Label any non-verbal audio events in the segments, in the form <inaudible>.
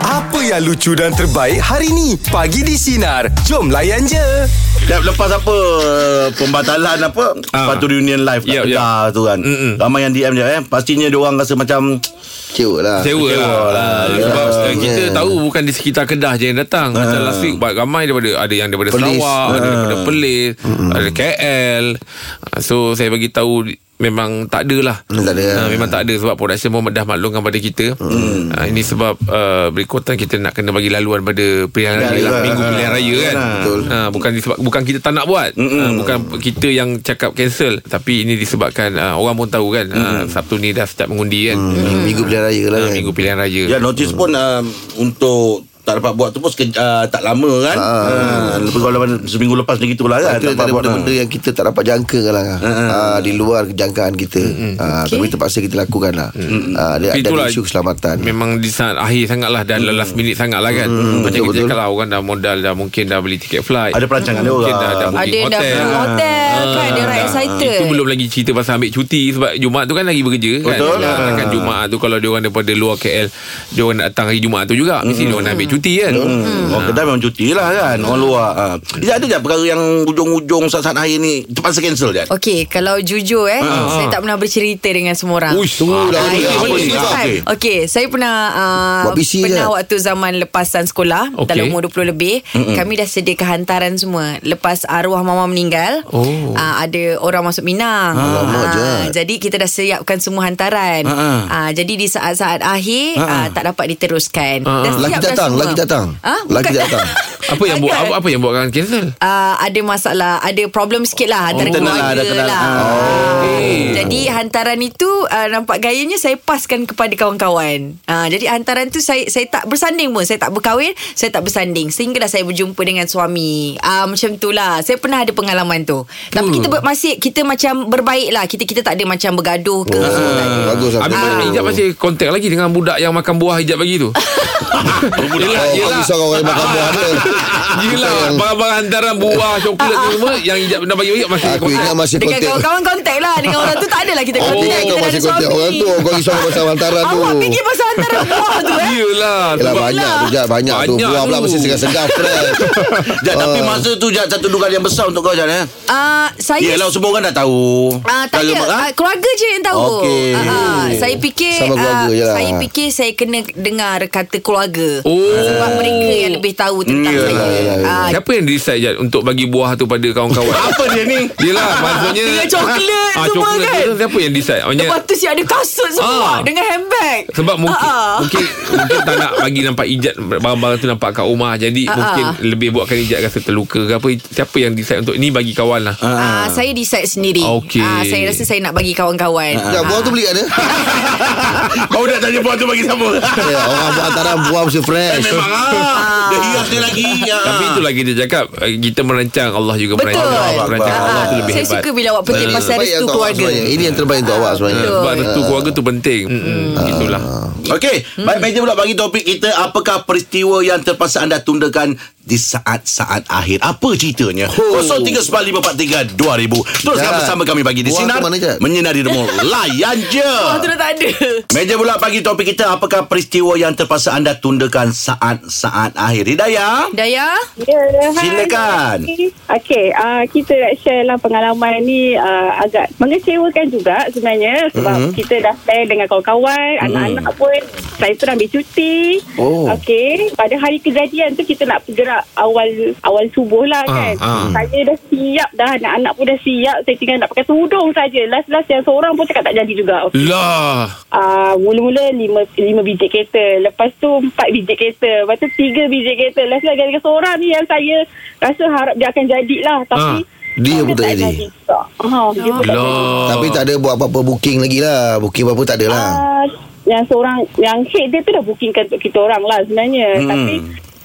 Apa yang lucu dan terbaik hari ni? Pagi di Sinar. Jom layan je. Dah lepas apa Pembatalan apa ha. Ah. Lepas tu reunion live Yup, Kat yup. Kedah tu kan Mm-mm. Ramai yang DM dia eh Pastinya dia orang rasa macam Kecewa lah Sewa lah, Sewa lah. Ah, Ya, Ah. Sebab yeah. kita yeah. tahu Bukan di sekitar Kedah je yang datang Macam last week ba- Ramai daripada Ada yang daripada Perlis. Sarawak Ada daripada Ah. Perlis Ada KL Ah, So saya bagi tahu Memang tak ada lah Hmm, tak ada. Ya. Ah, Memang tak ada Sebab production pun dah maklumkan pada kita Mm. Ah, Ini sebab uh, Berikutan kita nak kena bagi laluan Pada pilihan raya Pilihan lah raya. Minggu Ah, pilihan raya kan betul. Ah, Bukan disebab, bukan kita tak nak buat Ah, Bukan kita yang cakap cancel Tapi ini disebabkan ah, Orang pun tahu kan Ah, Sabtu ni dah start mengundi Mm. kan Minggu pilihan raya lah Ah, kan Minggu pilihan raya Ya notis pun um, Untuk tak dapat buat tu pun seke, uh, tak lama kan. Ha. Ah. lepas kalau seminggu lepas ni gitulah Ah, kan. Tak dapat Itu antara buat Ah, benda-benda lah. yang kita tak dapat jangka kan lah. Ah, di luar jangkaan kita. Hmm, Ah, Tapi terpaksa kita lakukan lah. Ah, Dia Tapi ada itulah- isu keselamatan. Hmm. Memang di saat akhir sangat lah Dan last minute sangat lah kan Macam kita cakap lah Orang dah modal dah Mungkin dah beli tiket flight Ah, Ada perancangan dia Mungkin orang. dah, dah Ada booking yang dah hotel pergi hotel kan Dia orang excited Itu belum lagi cerita pasal ambil cuti Sebab Jumaat tu kan lagi bekerja kan? Betul. Ah. Ya, Kan Jumaat tu Kalau diorang daripada luar KL Diorang nak datang hari Jumaat tu juga Mesti diorang nak ambil cuti kan Hmm. Orang kedai memang cuti lah kan Orang luar ha. Eh, Ada tak perkara yang Ujung-ujung saat-saat akhir ni Terpaksa cancel je Oh, Okey, kalau jujur eh, saya tak pernah bercerita dengan semua orang. Uish lah. Tunggulah Ah, Okey, ini apa ni? first Ah, time. okey. Okey, saya pernah uh, Buat PC pernah je. waktu zaman lepasan sekolah Okey. dalam umur 20 lebih, kami dah sediakan hantaran semua. Lepas arwah mama meninggal, Oh. uh, ada orang masuk Minang. Ah, Alamak, Jad. jadi kita dah siapkan semua hantaran. Ah, Uh, jadi di saat-saat akhir Ah, ah. uh, tak dapat diteruskan. Dah Lagi siap dah datang, semua. lagi datang. Ah, Lagi bukan- <laughs> datang. Apa yang buat apa, Takkan. apa yang buat orang cancel uh, ada masalah, ada problem sikit lah antara Internal lah, keluarga ada kenal. lah. lah. Ah, Oh. Oh. Jadi hantaran itu uh, nampak gayanya saya paskan kepada kawan-kawan. Uh, jadi hantaran tu saya saya tak bersanding pun, saya tak berkahwin, saya tak bersanding sehingga dah saya berjumpa dengan suami. Uh, macam tu lah. Saya pernah ada pengalaman tu. Tapi Hmm. kita ber, masih kita macam berbaik lah. Kita kita tak ada macam bergaduh ke. semua tak ada. Bagus lah. Habis mana Ijab masih kontak lagi Dengan budak yang makan buah Ijab bagi <laughs> tu Yelah, Oh, kau risau kau orang yang makan buah dia. Yelah Ah. Barang-barang hantaran Buah, Ah, coklat tu semua Yang Ijab nak bagi Ijab Masih Aku ingat masih Dengan kontak. kawan-kawan kontak lah Dengan orang tu tak adalah kita Aku kontak ingat Kita kau dah masih ada kontak suami. orang tu. Kau risau <laughs> pasal hantaran tu. Awak fikir pasal hantaran buah tu eh Yelah Yelah sebab- banyak tu Jad Banyak tu Banyak Buah pula tu. mesti segar-segar <laughs> Jad, Ah. Tapi masa tu Jad, Satu dugaan yang besar untuk kau Jad eh? Ah, saya Yelah semua orang kan dah tahu Ah, tak ada. Kalau- ha? Ah, keluarga je yang tahu. Okey. Ah, ah, saya fikir Sama keluarga ah, je lah. saya fikir saya kena dengar kata keluarga. Oh. Sebab mereka yang lebih tahu tentang Yelah, saya. yelah, Ah, Siapa yang decide Jad Untuk bagi buah tu pada kawan-kawan Apa dia ni Yelah maksudnya Dengan coklat Ah, semua coklat kan? tu Siapa yang decide Maksudnya lepas tu siap ada kasut semua Ah. dengan handbag. sebab mungkin, Ah, ah. mungkin mungkin tak nak bagi nampak ijat barang-barang tu nampak kat rumah jadi Ah, ah. mungkin lebih buatkan ijat rasa terluka ke apa siapa yang decide untuk ni bagi kawan lah Ah, saya decide sendiri. Okey. Ah, saya rasa saya nak bagi kawan-kawan. Jad buah tu beli kat <laughs> dia <laughs> Kau nak tanya buah tu bagi siapa <laughs> Ya, Orang buat hantaran buah mesti fresh Memang ah. Dia hias dia lagi ah. Tapi itulah kita cakap eh, Kita merancang Allah juga Betul. merancang Merancang Ah, Allah tu lebih saya hebat suka bila awak petik pasal Terbaik restu untuk awak keluarga. sebenarnya. Ini yang terbaik untuk awak sebenarnya betul. Sebab restu keluarga tu penting Mm-mm, Itulah Okey, hmm. baik meja pula bagi topik kita apakah peristiwa yang terpaksa anda tundakan di saat-saat akhir. Apa ceritanya? Oh. 0395432000. Teruskan Jalan. bersama kami bagi di Buang sinar tu mana, Jad? menyinari demo layan je. Ah, tu dah tak ada. Meja pula bagi topik kita apakah peristiwa yang terpaksa anda tundakan saat-saat akhir. Hidayah, Daya? Ya, hai, Silakan. terima kasih. Okey, uh, kita nak share lah pengalaman ni uh, agak mengecewakan juga sebenarnya sebab mm-hmm. kita dah plan dengan kawan-kawan, anak-anak pun saya pun ambil cuti. Oh. Okey, pada hari kejadian tu kita nak bergerak awal awal subuh lah Ah, kan. ah. Saya dah siap dah, anak-anak pun dah siap. Saya tinggal nak pakai tudung saja. Last-last yang seorang pun cakap tak jadi juga. Lah Uh, mula-mula lima, lima biji kereta Lepas tu empat biji kereta Lepas tu tiga biji kereta Last lah gara-gara seorang ni yang saya Rasa harap dia akan jadilah Tapi Ah, dia pun tak jadi. Ah. juga. Ha, dia pun tak jadi Lah Tapi tak ada buat apa-apa booking lagi lah Booking apa-apa tak ada lah Ah, Yang seorang Yang head dia tu dah bookingkan untuk kita orang lah sebenarnya Hmm. hmm. Tapi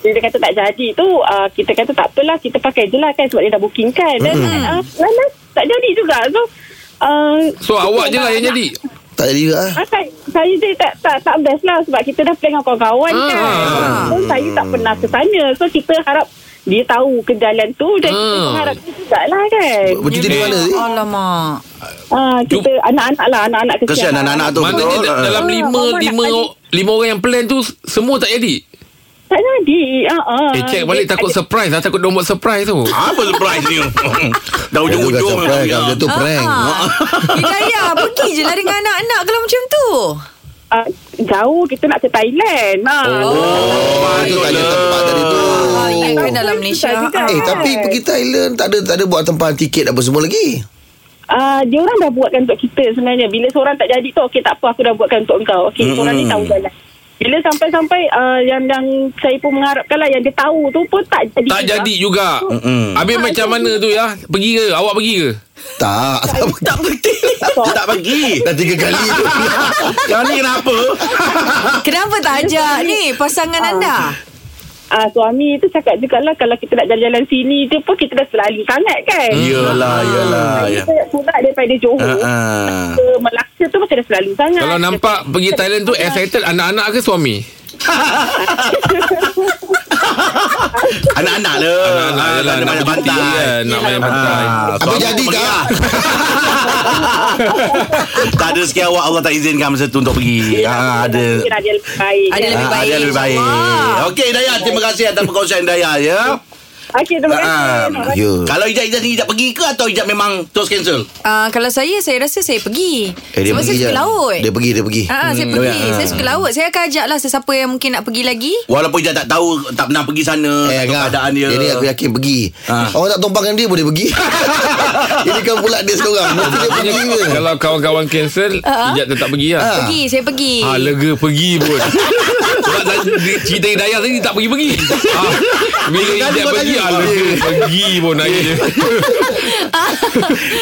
bila dia kata tak jadi tu uh, Kita kata tak apalah Kita pakai je lah kan Sebab dia dah bookingkan Dan hmm. uh, last tak jadi juga So uh, So awak je lah yang jadi Tak jadi juga lah Ah, saya, saya je tak, tak tak best lah sebab kita dah plan dengan kawan-kawan Ah. kan. So, saya tak pernah ke sana. So kita harap dia tahu kejadian tu dan kita Ah. harap dia juga lah kan. Bercuti di mana sih? Alamak. Ah, kita anak-anak lah, anak-anak kesian. kesian anak-anak tu. Maknanya da- dalam Ah, lima mama nak Lima balik. o- lima orang yang plan tu Semua tak jadi Tak jadi. Uh-uh. Eh check balik takut surprise lah Takut nombor surprise tu Apa surprise ni <laughs> Dah Dia bukan ujung-ujung lah, surprise Kalau lah dia tu Oh, prank Ah. Hidayah Pergi je lah dengan anak-anak Kalau macam tu Uh, jauh kita nak ke Thailand. Ha. Oh Itu tanya tempat tadi tu oh, Ya ke dalam Malaysia Susah juga. Ah. Eh tapi pergi Thailand Tak ada tak ada buat tempahan tiket Apa semua lagi Uh, dia orang dah buatkan untuk kita sebenarnya. Bila seorang tak jadi tu, okey tak apa aku dah buatkan untuk engkau. Okey, mm-hmm. seorang ni tahu jalan. Bila sampai-sampai uh, yang yang saya pun mengharapkan lah yang dia tahu tu pun tak jadi. Tak juga. jadi juga Mm-mm. Habis Tak macam jadi. mana tu ya Pergi ke Awak pergi ke Tak Tak pergi Dia tak bagi Dah tiga <laughs> kali tu Yang ni kenapa <laughs> Kenapa tak ajak ni Pasangan anda Ah, suami tu cakap juga lah kalau kita nak jalan-jalan sini dia pun kita dah selalu sangat kan. Yelah Yelah Ah, ya. Kita nak pulak daripada Johor Ah, ah. ke Melaka tu macam dah selalu sangat. Kalau nampak Pergi Thailand tu Excited anak-anak ke suami Anak-anak lah Ah, Anak-anak je lah, tak ada nak banyak bercuti pantai kan, nak banyak Ah, pantai. Apa suami jadi pergi tak lah. <laughs> Tak ada rezeki awak Allah tak izinkan masa tu untuk pergi Ah, Ada Mungkin ada yang lebih baik. Ada Ya. lebih Ah, Ada baik, lebih baik insyaAllah. Okey Daya Terima kasih atas perkongsian Daya ya Okey, terima kasih. Ah, Terima kasih. Ya Kalau Ijat-Ijat ni Ijat pergi ke Atau Ijat memang terus cancel uh, Kalau saya Saya rasa saya pergi Eh, dia Sebab saya pergi suka je. laut Dia Oh, ya. pergi, dia pergi. Ah, ah, Saya Hmm, pergi dia- Saya suka laut Saya akan ajak lah Sesiapa yang mungkin nak pergi lagi Walaupun Ijat tak tahu Tak pernah pergi sana tak Eh, tahu Angah, Keadaan dia Dia ni aku yakin pergi Ah. Orang tak tumpangkan dia boleh pergi <laughs> Ini kan pula dia seorang Mesti dia pergi Maksudnya, Ah. ke Kalau kawan-kawan cancel Ijat tetap pergi lah Ah. Pergi Saya pergi Ah lega pergi pun Sebab tadi- cerita Hidayah tadi tak pergi-pergi ah, Bila Kan Ijat buat pergi lagi. ah, lega <laughs> pergi pun akhirnya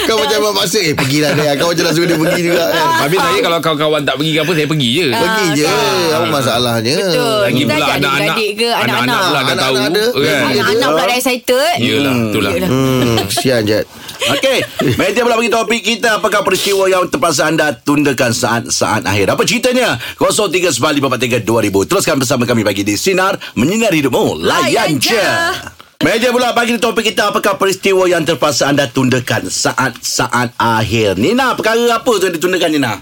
Kau macam memaksa Eh pergilah dia Kau macam nak suruh dia pergi juga kan Ah, Habis saya kalau kawan-kawan tak pergi ke apa Saya pergi je Pergi je Apa masalahnya Betul Lagi Ah, Kita pula ajak anak-anak adik-adik ke Anak-anak Anak-anak pula dah Anak-anak tahu ada. kan? Anak-anak Anak pula dah excited Yelah itulah Hmm Sian je Okey, media pula bagi topik kita apakah peristiwa yang terpaksa anda tundakan saat-saat akhir. Apa ceritanya? 0395432000. Teruskan bersama kami bagi di Sinar Menyinari Hidupmu. Layan Layan je. je. Meja pula bagi di topik kita apakah peristiwa yang terpaksa anda tundakan saat-saat akhir. Nina, perkara apa tu yang ditundakan Nina?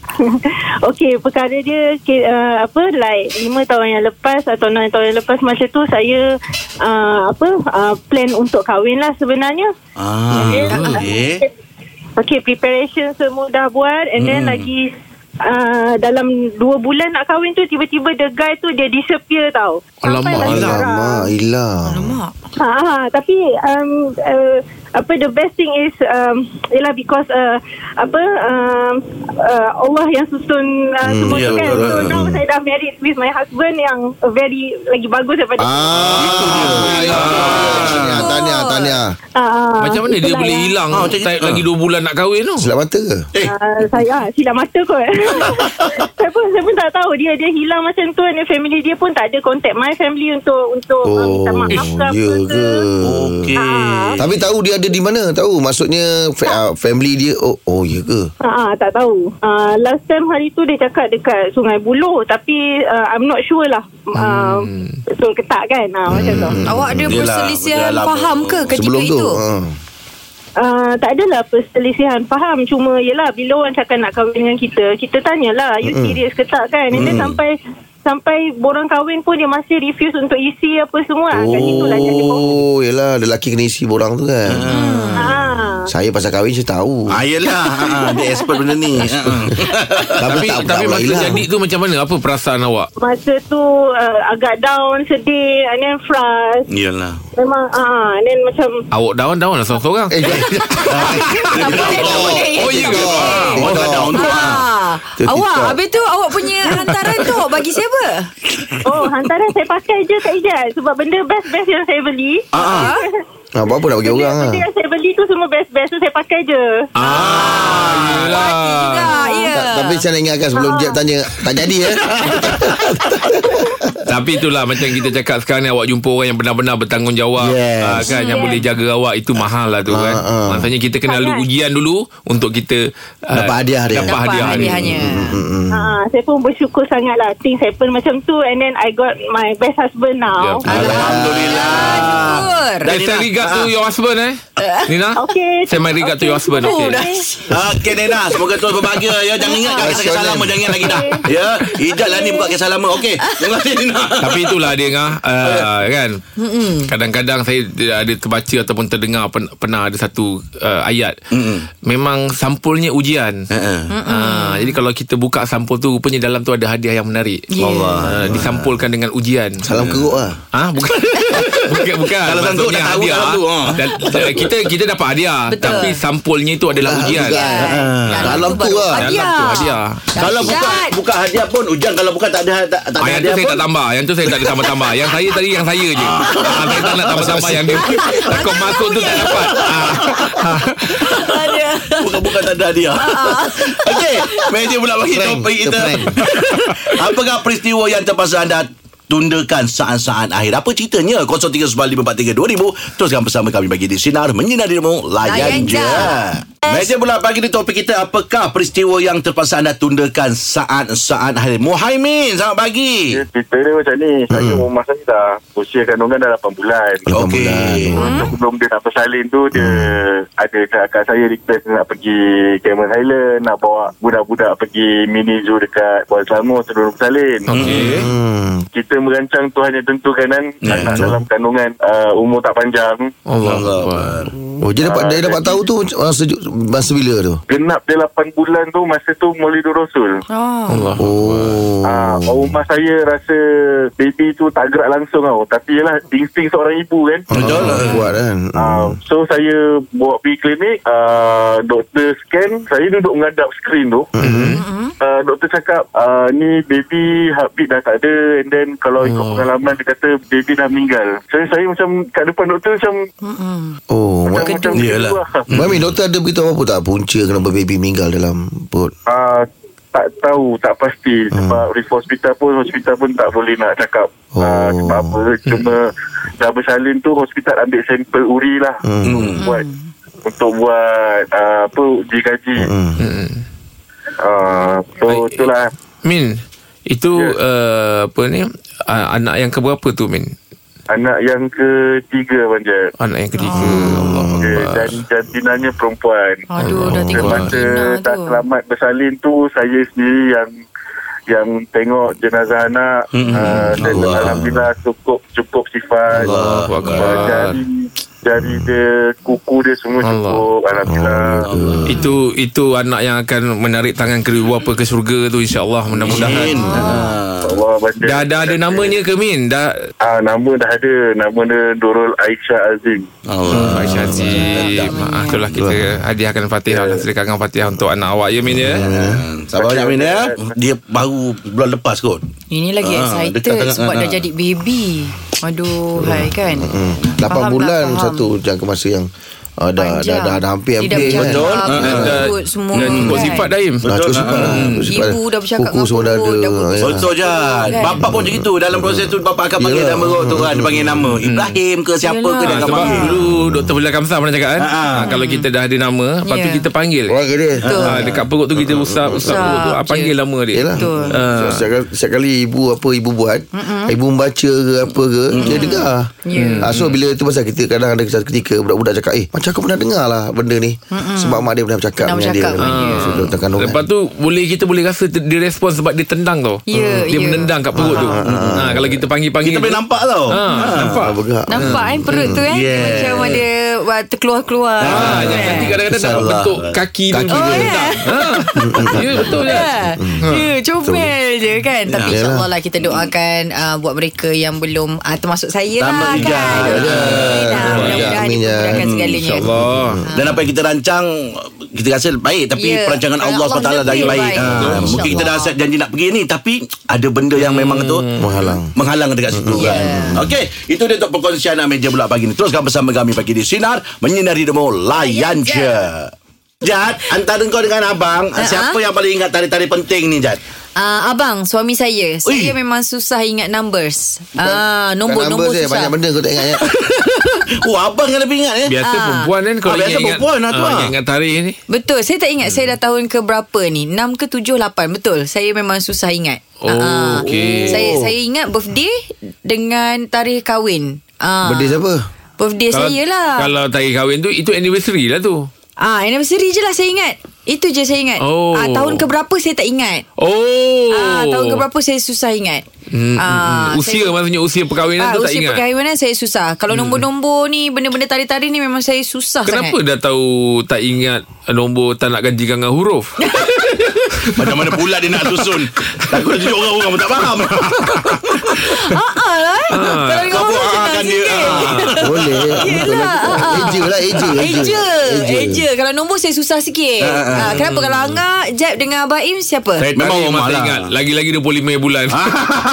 <laughs> Okey, perkara dia ke- uh, apa like 5 tahun yang lepas atau 6 tahun yang lepas masa tu saya uh, apa uh, plan untuk kahwin lah sebenarnya. Ah, okey. okey. Okey, preparation semua dah buat and then lagi uh, dalam 2 bulan nak kahwin tu tiba-tiba the guy tu dia disappear Oh, tau. Sampai Alamak, lagi sekarang. Alamak Hilang Mak Ha, ha, tapi um, uh, apa the best thing is um, ialah because uh, apa um, uh, Allah yang susun uh, Hmm, semua ya, tu kan. betul. So now saya dah married with my husband yang very lagi bagus daripada Ah, ya. Tahniah, tahniah, tahniah. Ah, Macam mana dia itulah boleh yang, hilang Ah, macam Type gitu. lagi 2 bulan nak kahwin tu Silap mata ke? Uh, saya ah, silap mata kot <laughs> saya pun saya pun tak tahu dia dia hilang macam tu dan family dia pun tak ada contact my family untuk untuk oh, uh, minta maaf ke apa ya ke ke? Ah. Tapi tahu dia ada di mana? Tahu maksudnya fa- ah, family dia oh oh ya ke? Ah, ah, tak tahu. Ah, last time hari tu dia cakap dekat Sungai Buloh tapi uh, I'm not sure lah. Ah, betul ke tak kan? Ah, macam tu. Hmm. Awak ada Yelah, perselisihan berdalam. faham ke ketika Sebelum tu. itu? ah. Ah, tak adalah perselisihan faham cuma yelah bila orang cakap nak kahwin dengan kita, kita tanyalah you serious ke tak kan? And then sampai sampai borang kahwin pun dia masih refuse untuk isi apa semua. Kan, Oh. Kat lah, situlah jadi problem. Oh, yelah lelaki kena isi borang tu kan. Ah. Saya pasal kahwin saya tahu. Ah, yelah. Ah, dia expert benda ni. Ah, ah. <laughs> Tapi tak- tapi tak masa hilang. jadi tu macam mana Apa perasaan awak Masa tu uh, agak down, sedih and then frust. Yelah. Memang ah, and then macam Awak down-down lah seorang-seorang Eh, <laughs> jangan- <laughs> Tak boleh, tak boleh. Oh ya ke Ah, Oh, tak ada untuk. Ah, Tu awak TikTok. habis tu awak punya hantaran tu awak bagi siapa? Oh, hantaran saya pakai je Kak Ijaz Sebab benda best-best yang saya beli Ah, ah. Ah, apa-apa nak bagi orang ah. Benda yang saya beli tu semua best-best tu saya pakai je Ah Yelah Juga, ya. Ta- Ah. Tapi saya nak ingatkan sebelum Ah. Jeb tanya Tak jadi eh Tapi itulah macam kita cakap sekarang ni awak jumpa orang yang benar-benar bertanggungjawab Yes. ah, kan yang boleh jaga awak itu mahal lah tu kan. ah. Maksudnya kita kena lalu ujian dulu untuk kita ah, Dapat hadiah dia. Dapat, Dapat hadiah. ni. hadiahnya. Hmm. ha, Saya pun bersyukur sangat lah Things happen macam tu And then I got my best husband now Ya. Alhamdulillah. Syukur. Dan saya regard Ah, to your husband eh Nina Okay. Send my regard to your husband Oh, okay. dah. Ah. Okey Nena Semoga terus berbahagia ya. Jangan ingat Ah, kisah kisah sekalian. lama Jangan ingat lagi dah Ya Ijat lah ni buka kisah lama Okey Terima kasih <laughs> Nena Tapi itulah dia ngah uh, kan. Kadang-kadang saya dia ada terbaca ataupun terdengar pen, pernah ada satu uh, ayat. Mm-mm. Memang sampulnya Eh, ujian. Mm-mm. Uh, jadi kalau kita buka sampul tu rupanya dalam tu ada hadiah yang menarik. Yeah. Allah. Uh, disampulkan dengan ujian. Salam keruk lah Ah <laughs> bukan bukan bukan Kalau sanggup Maksudnya dah tahu hadiah, dalam tu, ha. dan, dan kita kita dapat hadiah Betul. tapi sampulnya itu adalah ujian. Ah, Dalam tu lah. Dalam Hadiah. tu hadiah. Kalau buka Dahsyat. buka hadiah pun Ujang kalau buka tak ada tak, tak ada Ah, yang tu hadiah saya pun tak tambah Yang tu saya tak ada tambah-tambah Yang saya tadi yang saya je ah, Saya tak nak tambah-tambah Yang <laughs> dia Takut masuk tu tak dapat ah. Ada. Bukan-bukan tak ada <laughs> hadiah Okey Meja pula bagi Prank, topik itu kita <laughs> prank. Apakah peristiwa yang terpaksa anda tundakan saat-saat akhir Apa ceritanya 0395432000 Teruskan bersama kami bagi di Sinar Menyinari Demo Layan Layan je je. Meja pula pagi di topik kita Apakah peristiwa yang terpaksa anda tundakan saat-saat akhir Muhaimin selamat pagi Dia cerita dia macam ni Saya rumah saya dah Usia kandungan dah 8 bulan Hmm. Ya, Oh, Okey Hmm. So, Sebelum dia nak bersalin tu Dia Ada kakak saya request dia Nak pergi Cameron Highland Nak bawa budak-budak Pergi mini zoo dekat Kuala Selangor Sebelum bersalin Okey. Hmm Kita merancang tu hanya tentu kanan Ya, Anak betul. dalam kandungan uh, Umur tak panjang Allah Allah Akbar. Oh dia dapat dia dapat tahu tu masa masa bila tu? Genap dia 8 bulan tu Masa tu Maulidur Rasul Oh. Allah Oh. Ah, oh. rumah saya rasa baby tu tak gerak langsung tau. Tapi yelah, insting seorang ibu kan. Betul lah. Kuat kan. Uh, so saya bawa pergi klinik uh, Doktor scan Saya duduk menghadap skrin tu mm-hmm. uh, Doktor cakap uh, Ni baby heartbeat dah tak ada And then kalau ikut pengalaman Dia kata baby dah meninggal So saya macam Kat depan doktor macam Oh. Macam, Ma- macam Yelah. tu lah. Mami doktor ada beritahu apa tak punca kenapa baby meninggal dalam perut? Ah, tak tahu tak pasti sebab hmm. hospital pun hospital pun tak boleh nak cakap oh. Oh. sebab apa cuma dah bersalin tu hospital ambil sampel uri lah untuk buat untuk buat uh, apa uji kaji hmm. Uh, so Baik. itulah Min Itu uh, Apa ni uh, Anak yang keberapa tu Min anak yang ketiga panjat Anak yang ketiga Allah okay, Akbar. dan jantinanya perempuan Ah. Aduh, dah Dia tengok masa Tina tak tu. selamat bersalin tu saya sendiri yang yang tengok jenazah anak hmm. uh, dan Allah. alhamdulillah cukup cukup sifat Allah Akbar. Uh, jari jari dia kuku dia semua Allah. cukup alhamdulillah Itu itu anak yang akan menarik tangan kedua apa ke surga tu insyaallah mudah-mudahan. Muhaimin Ah. Allah banyak Dah dah ada namanya ke Min? Dah ah nama dah ada nama dia Dorul Aisyah Azim Allah Pak Syazim ah, Itulah kita hadiahkan Fatihah Dan sedekahkan Fatihah Untuk anak awak ya Min ya Hmm, Sabar banyak Min ya Dia baru bulan lepas kot Ini lagi Ah, dekat excited sangat sebab kan, dah ah. jadi baby. Aduh, hai kan. Hmm. 8 Faham bulan tak? Faham. satu jangka masa yang uh, dah, dah, Panjang. dah, dah hampir-hampir Tidak kan. bercakap, Betul. tidak Ah, Dan dah sebut semua Dah cukup kan. sifat Ah, dah Im Nah, cukup sifat lah, Hmm. cukup Ibu sifat. dah bercakap Kuku dengan semua dah perut, ada dah putus. Ya. Betul je Kan? Bapak pun macam gitu Dalam proses tu Bapak akan panggil Yelah. nama tu kan Dia panggil nama Ibrahim ke siapa ke Dia Ah, akan sebab panggil dulu Dr. Bila Kamsah pernah cakap kan Ah, ah. ah, Kalau ya. kita dah ada nama Lepas tu Yeah. kita panggil Orang kena Betul. ah, Dekat perut tu kita usap Usap Usap perut tu ah, je. Panggil nama dia Yelah Betul. Ah. So, setiap, kali- setiap kali ibu apa ibu buat Ibu membaca ke apa ke Dia dengar Ya. Ah, So bila tu pasal kita Kadang ada satu ketika Budak-budak cakap Eh macam aku pernah dengar lah Benda ni Sebab mak dia pernah bercakap Pernah dengan dia kan? bercakap dengan So dia tekan orang Ah. Lepas tu boleh kita boleh rasa te- dia respon sebab dia tendang tau. Hmm. Ya, dia ya. menendang kat perut Ah, tu. Ha, kalau kita panggil-panggil Kita boleh tu- nampak tau Ha, nampak. Bergerak Nampak kan perut tu kan Yeah. Macam ada wah, Terkeluar-keluar Ah, Ha, yang kan? nanti kadang-kadang dapat Salah. bentuk kaki, lah. Kaki tu. dia. Oh, yeah. Ha. <laughs> Ya, betul je. Ya, Mm-hmm. ya comel je kan Tapi insyaAllah lah kita doakan uh, Buat mereka yang belum uh, Termasuk saya Tambah lah tiga. kan Ya. Alhamdulillah. Mudah-mudahan Amin, ya. dipermudahkan segalanya Allah. Dan apa yang kita rancang Kita rasa baik Tapi Ya. perancangan Kalau Allah Allah SWT lagi lebih baik baik. Ha, Betul. Mungkin kita dah InsyaAllah. set janji nak pergi ni Tapi ada benda yang memang tu Menghalang. Hmm. Menghalang dekat Hmm. situ kan Okey Itu dia untuk perkongsian meja bulat pagi ni Teruskan bersama kami pagi di Sinar Menyinari Demo Layan Ya, je Jad, antara kau dengan abang, siapa yang paling ingat tarik-tarik penting ni, <laughs> Jad? Ah, abang, suami saya. Saya Ui. memang susah ingat numbers. Ah, Kan saya, nombor-nombor eh. susah. Banyak benda kau tak ingat ya Oh, abang yang lebih ingat eh. Biasa Ah. Eh, perempuan kan kalau Ah, biasa ingat-ingat. perempuan lah tu, ah, ah. ingat-ingat tarikh ni. Betul, saya tak ingat Hmm. saya dah tahun ke berapa ni. 6 ke 7, 8. Betul, saya memang susah ingat. Oh, Ah, ah. okey. Saya saya ingat birthday dengan tarikh kahwin. Ah. Benda siapa Birthday kalau, saya lah Kalau tarikh kahwin tu Itu anniversary lah tu Ah, anniversary je lah saya ingat Itu je saya ingat Oh. ah, Tahun keberapa saya tak ingat Oh ah, Tahun keberapa saya susah ingat Ah, Hmm, hmm, hmm. Usia saya- ah, maksudnya Usia perkahwinan tu tak usia ingat Hmm. perkahwinan saya susah. Kalau nombor-nombor ni benda-benda tarik-tarik ni memang saya susah Kenapa dah sangat. tahu Tak ingat Nombor tak nak ganjikan dengan huruf Macam mana pula dia nak susun Takut jadi orang-orang pun tak faham Ah, lah. eh. Kalau dengan Kau orang senang akan dia sikit. ah. Boleh Yelah, ah, ah. Eja lah Eja Eja Eja Kalau nombor saya susah sikit ah, Kenapa kalau Angga Jeb dengan Abah Im Siapa? Saya Memang tarik orang Ah. memang tak malas. ingat Lagi-lagi 25 bulan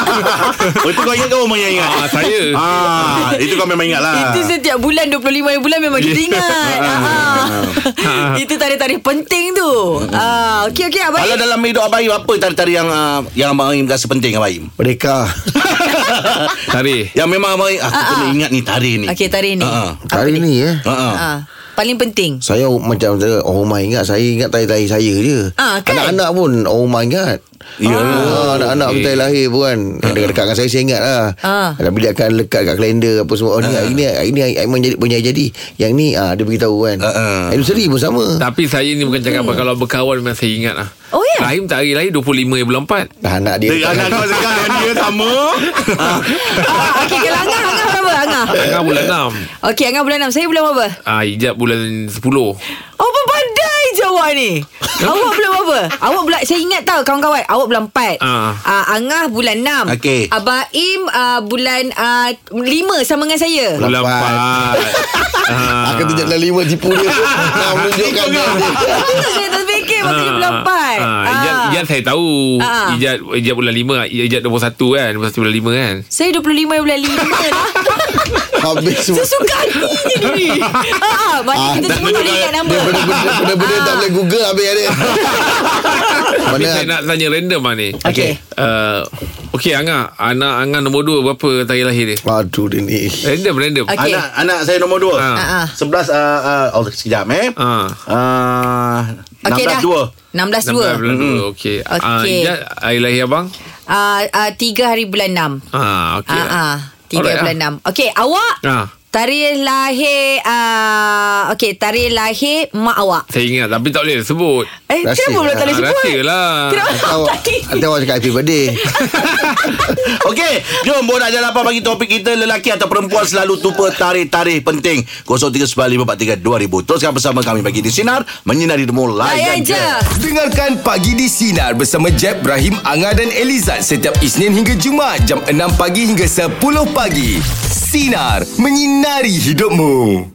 Oh, Itu kau ingat ke orang yang ingat Ah, saya. ah, Itu kau memang ingat lah Itu setiap bulan 25 bulan memang <laughs> kita ingat Ah, ah. <laughs> Itu tarik-tarik penting tu ah, Okey okey Abah Kalau Im dalam hidup Abang Im Apa tari-tari yang ah, Yang Abang Im rasa penting Abang <laughs> Im Mereka Tarik Yang memang Abang Im Aku kena ingat ni tari ni Ah, Okey tarik ni Ah, Hari ni eh ah. Ah, ah. ah, Paling penting Saya macam Orang rumah ingat Saya ingat tahi-tahi saya je Ah, kan? Anak-anak pun Orang rumah ingat Ya yeah. ah, Anak-anak okay. pun lahir pun kan Dekat-dekat dengan saya Saya ingat lah Ah. Tapi dia akan lekat kat kalender Apa semua Oh ni hari ni Hari ni Aiman jadi, punya jadi Yang ni ah, Dia beritahu kan Ah, ah. Anniversary pun sama Tapi saya ni bukan cakap apa Kalau berkawan memang saya ingat lah Hmm. Oh, ya? Rahim tak hari lahir 25 bulan 4 Dah anak dia Dia- Anak kau sekarang Dia <laughs> sama ah, Okey kalau Angga Angga berapa Angga Tengah bulan 6 Okey Angga bulan 6 Saya bulan berapa Ah, Ijab bulan 10 Apa pandai je awak ni Awak bulan apa Awak bulan Saya ingat tau kawan-kawan Awak bulan 4 Ah. uh, Angah bulan 6 Okey. Abah Im uh, bulan uh, 5 sama dengan saya Bulan 4 <laughs> ah. Aku tunjuk dalam lima tipu <laughs> dia Nak menunjukkan dia Itu tak saya terfikir Maksudnya bulan 4 ah, Ijat, Ijat saya tahu Ah. Ijat, Ijat bulan 5 Ijat 21 kan 21 bulan 5 <laughs> kan Saya 25 bulan 5 lah Habis semua Sesuka hatinya dia ni ah, ah, Maknanya kita semua tak boleh ingat Dia nombor benda-benda benda-benda tak boleh google Habis dia Tapi Mana saya nak tanya random lah ni Okey. uh, Okey Angah Anak Angah nombor 2 Berapa tarikh lahir dia Aduh dia ni Random random Okey. Anak anak saya nombor dua Ah. Ah, ah. Sebelas ah, ah, Oh sekejap eh Ah. Ah, Okey dah 16 dua 16 Enam belas 2 bulan dua Okey Ah, Mhm. Okey. Ijat Hari lahir abang uh, uh, 3 hari bulan 6 Ah, okey. Ah, ah. Tiga Alright, Alright, bulan ah. enam. Okey, awak Ah. tarikh lahir uh, okey, tarikh lahir mak awak. Saya ingat tapi tak boleh sebut. Eh, Rahsia kenapa pula tak boleh Ah, sebut? rahsialah. Kenapa? Nanti awak, Tadi. nanti awak cakap happy birthday Okey, jom borak jalan apa bagi topik kita lelaki atau perempuan selalu tupa tarikh-tarikh penting. 0395432000. Teruskan bersama kami bagi di sinar menyinari demo layan Layan je. je. Dengarkan Pagi di Sinar bersama Jeb, Ibrahim, Anga dan Elizad setiap Isnin hingga Jumaat jam 6 pagi hingga 10 pagi. Sinar, menyinari hidupmu.